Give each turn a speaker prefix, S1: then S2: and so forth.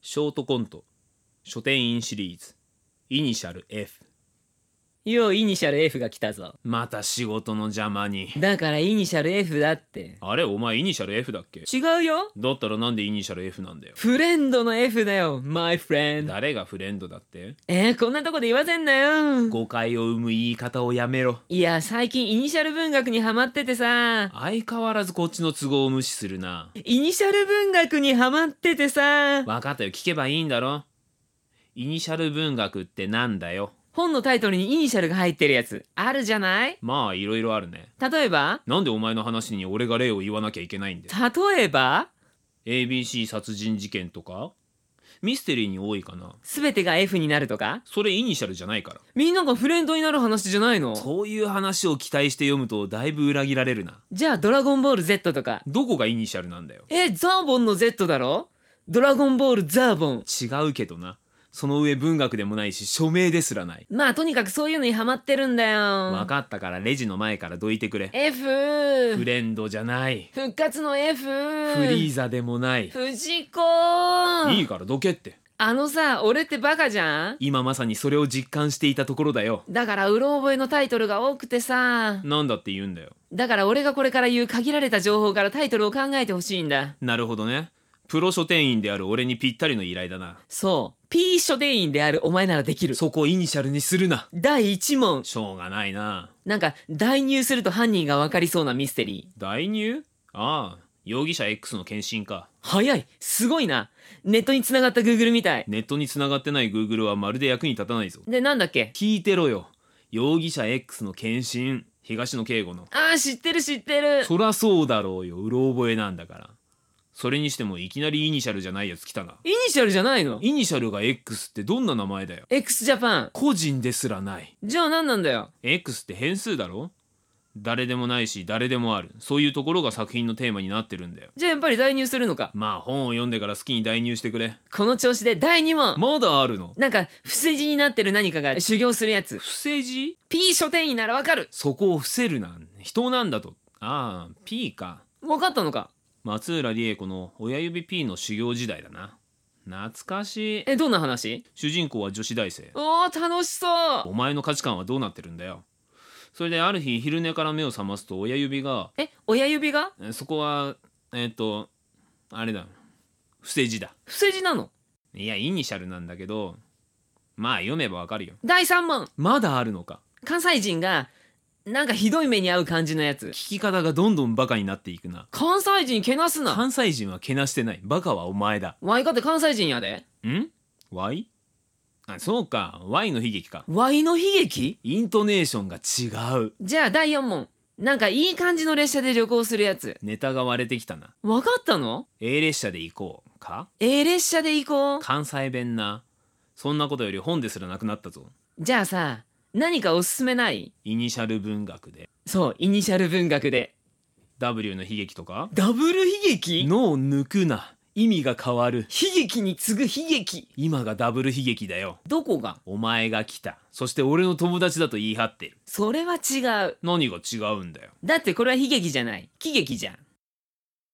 S1: ショートコント書店員シリーズイニシャル F
S2: ようイニシャル F が来たぞ
S1: また仕事の邪魔に
S2: だからイニシャル F だって
S1: あれお前イニシャル F だっけ
S2: 違うよ
S1: だったらなんでイニシャル F なんだよ
S2: フレンドの F だよ My friend
S1: 誰がフレンドだって
S2: えー、こんなとこで言わせんなよ
S1: 誤解を生む言い方をやめろ
S2: いや最近イニシャル文学にハマっててさ
S1: 相変わらずこっちの都合を無視するな
S2: イニシャル文学にハマっててさ
S1: 分かったよ聞けばいいんだろイニシャル文学ってなんだよ
S2: 本のタイトルにイニシャルが入ってるやつあるじゃない
S1: まあいろいろあるね
S2: 例えば
S1: なんでお前の話に俺が例を言わなきゃいけないんだよ
S2: 例えば
S1: ABC 殺人事件とかミステリーに多いかな
S2: 全てが F になるとか
S1: それイニシャルじゃないから
S2: みんながフレンドになる話じゃないの
S1: そういう話を期待して読むとだいぶ裏切られるな
S2: じゃあドラゴンボール Z とか
S1: どこがイニシャルなんだよ
S2: えザーボンの Z だろドラゴンボールザーボン
S1: 違うけどなその上文学でもないし署名ですらない
S2: まあとにかくそういうのにハマってるんだよ
S1: 分かったからレジの前からどいてくれフ
S2: F
S1: レンドじゃない
S2: 復活の F フ
S1: フリーザでもない
S2: 藤子
S1: いいからどけって
S2: あのさ俺ってバカじゃん
S1: 今まさにそれを実感していたところだよ
S2: だからうろ覚えのタイトルが多くてさ
S1: なんだって言うんだよ
S2: だから俺がこれから言う限られた情報からタイトルを考えてほしいんだ
S1: なるほどねプロ書店員である俺にぴったりの依頼だな
S2: そう P 書店員であるお前ならできる
S1: そこをイニシャルにするな
S2: 第1問
S1: しょうがないな
S2: なんか代入すると犯人がわかりそうなミステリー
S1: 代入ああ容疑者 X の献身か
S2: 早いすごいなネットに繋がった Google みたい
S1: ネットに繋がってない Google はまるで役に立たないぞ
S2: でなんだっけ
S1: 聞いてろよ容疑者 X の献身東野圭吾の
S2: あー知ってる知ってる
S1: そらそうだろうようろ覚えなんだからそれにしてもいきなりイニシャルじゃないやつ来たな
S2: イニシャルじゃないの
S1: イニシャルが X ってどんな名前だよ
S2: x ジャパン
S1: 個人ですらない
S2: じゃあ何なんだよ
S1: X って変数だろ誰でもないし誰でもあるそういうところが作品のテーマになってるんだよ
S2: じゃあやっぱり代入するのか
S1: まあ本を読んでから好きに代入してくれ
S2: この調子で第2問
S1: まだあるの
S2: なんか不正字になってる何かが修行するやつ
S1: 不正字
S2: P 書店員ならわかる
S1: そこを伏せるな人なんだとああ P か
S2: わかったのか
S1: 松浦理恵子の親指 P の修行時代だな懐かしい
S2: えどんな話
S1: 主人公は女子大生
S2: おー楽しそう
S1: お前の価値観はどうなってるんだよそれである日昼寝から目を覚ますと親指が
S2: え親指が
S1: えそこはえっ、とあれだ不正字だ
S2: 不正字なの
S1: いやイニシャルなんだけどまあ読めばわかるよ
S2: 第3問
S1: まだあるのか
S2: 関西人がなんかひどい目に遭う感じのやつ
S1: 聞き方がどんどんバカになっていくな
S2: 関西人けなすな
S1: 関西人はけなしてないバカはお前だ
S2: わいかって関西人やで
S1: ん ?Y? あそうか Y の悲劇か
S2: わいの悲劇
S1: イントネーションが違う
S2: じゃあ第4問なんかいい感じの列車で旅行するやつ
S1: ネタが割れてきたな
S2: わかったの
S1: A 列車で行こうか
S2: ?A 列車で行こう
S1: 関西弁なそんなことより本ですらなくなったぞ
S2: じゃあさ何かおすすめない
S1: イニシャル文学で
S2: そうイニシャル文学で
S1: W の悲劇とか
S2: ダブル悲劇
S1: 脳を抜くな意味が変わる
S2: 悲劇に次ぐ悲劇
S1: 今がダブル悲劇だよ
S2: どこが
S1: お前が来たそして俺の友達だと言い張ってる
S2: それは違う
S1: 何が違うんだよ
S2: だってこれは悲劇じゃない喜劇じゃん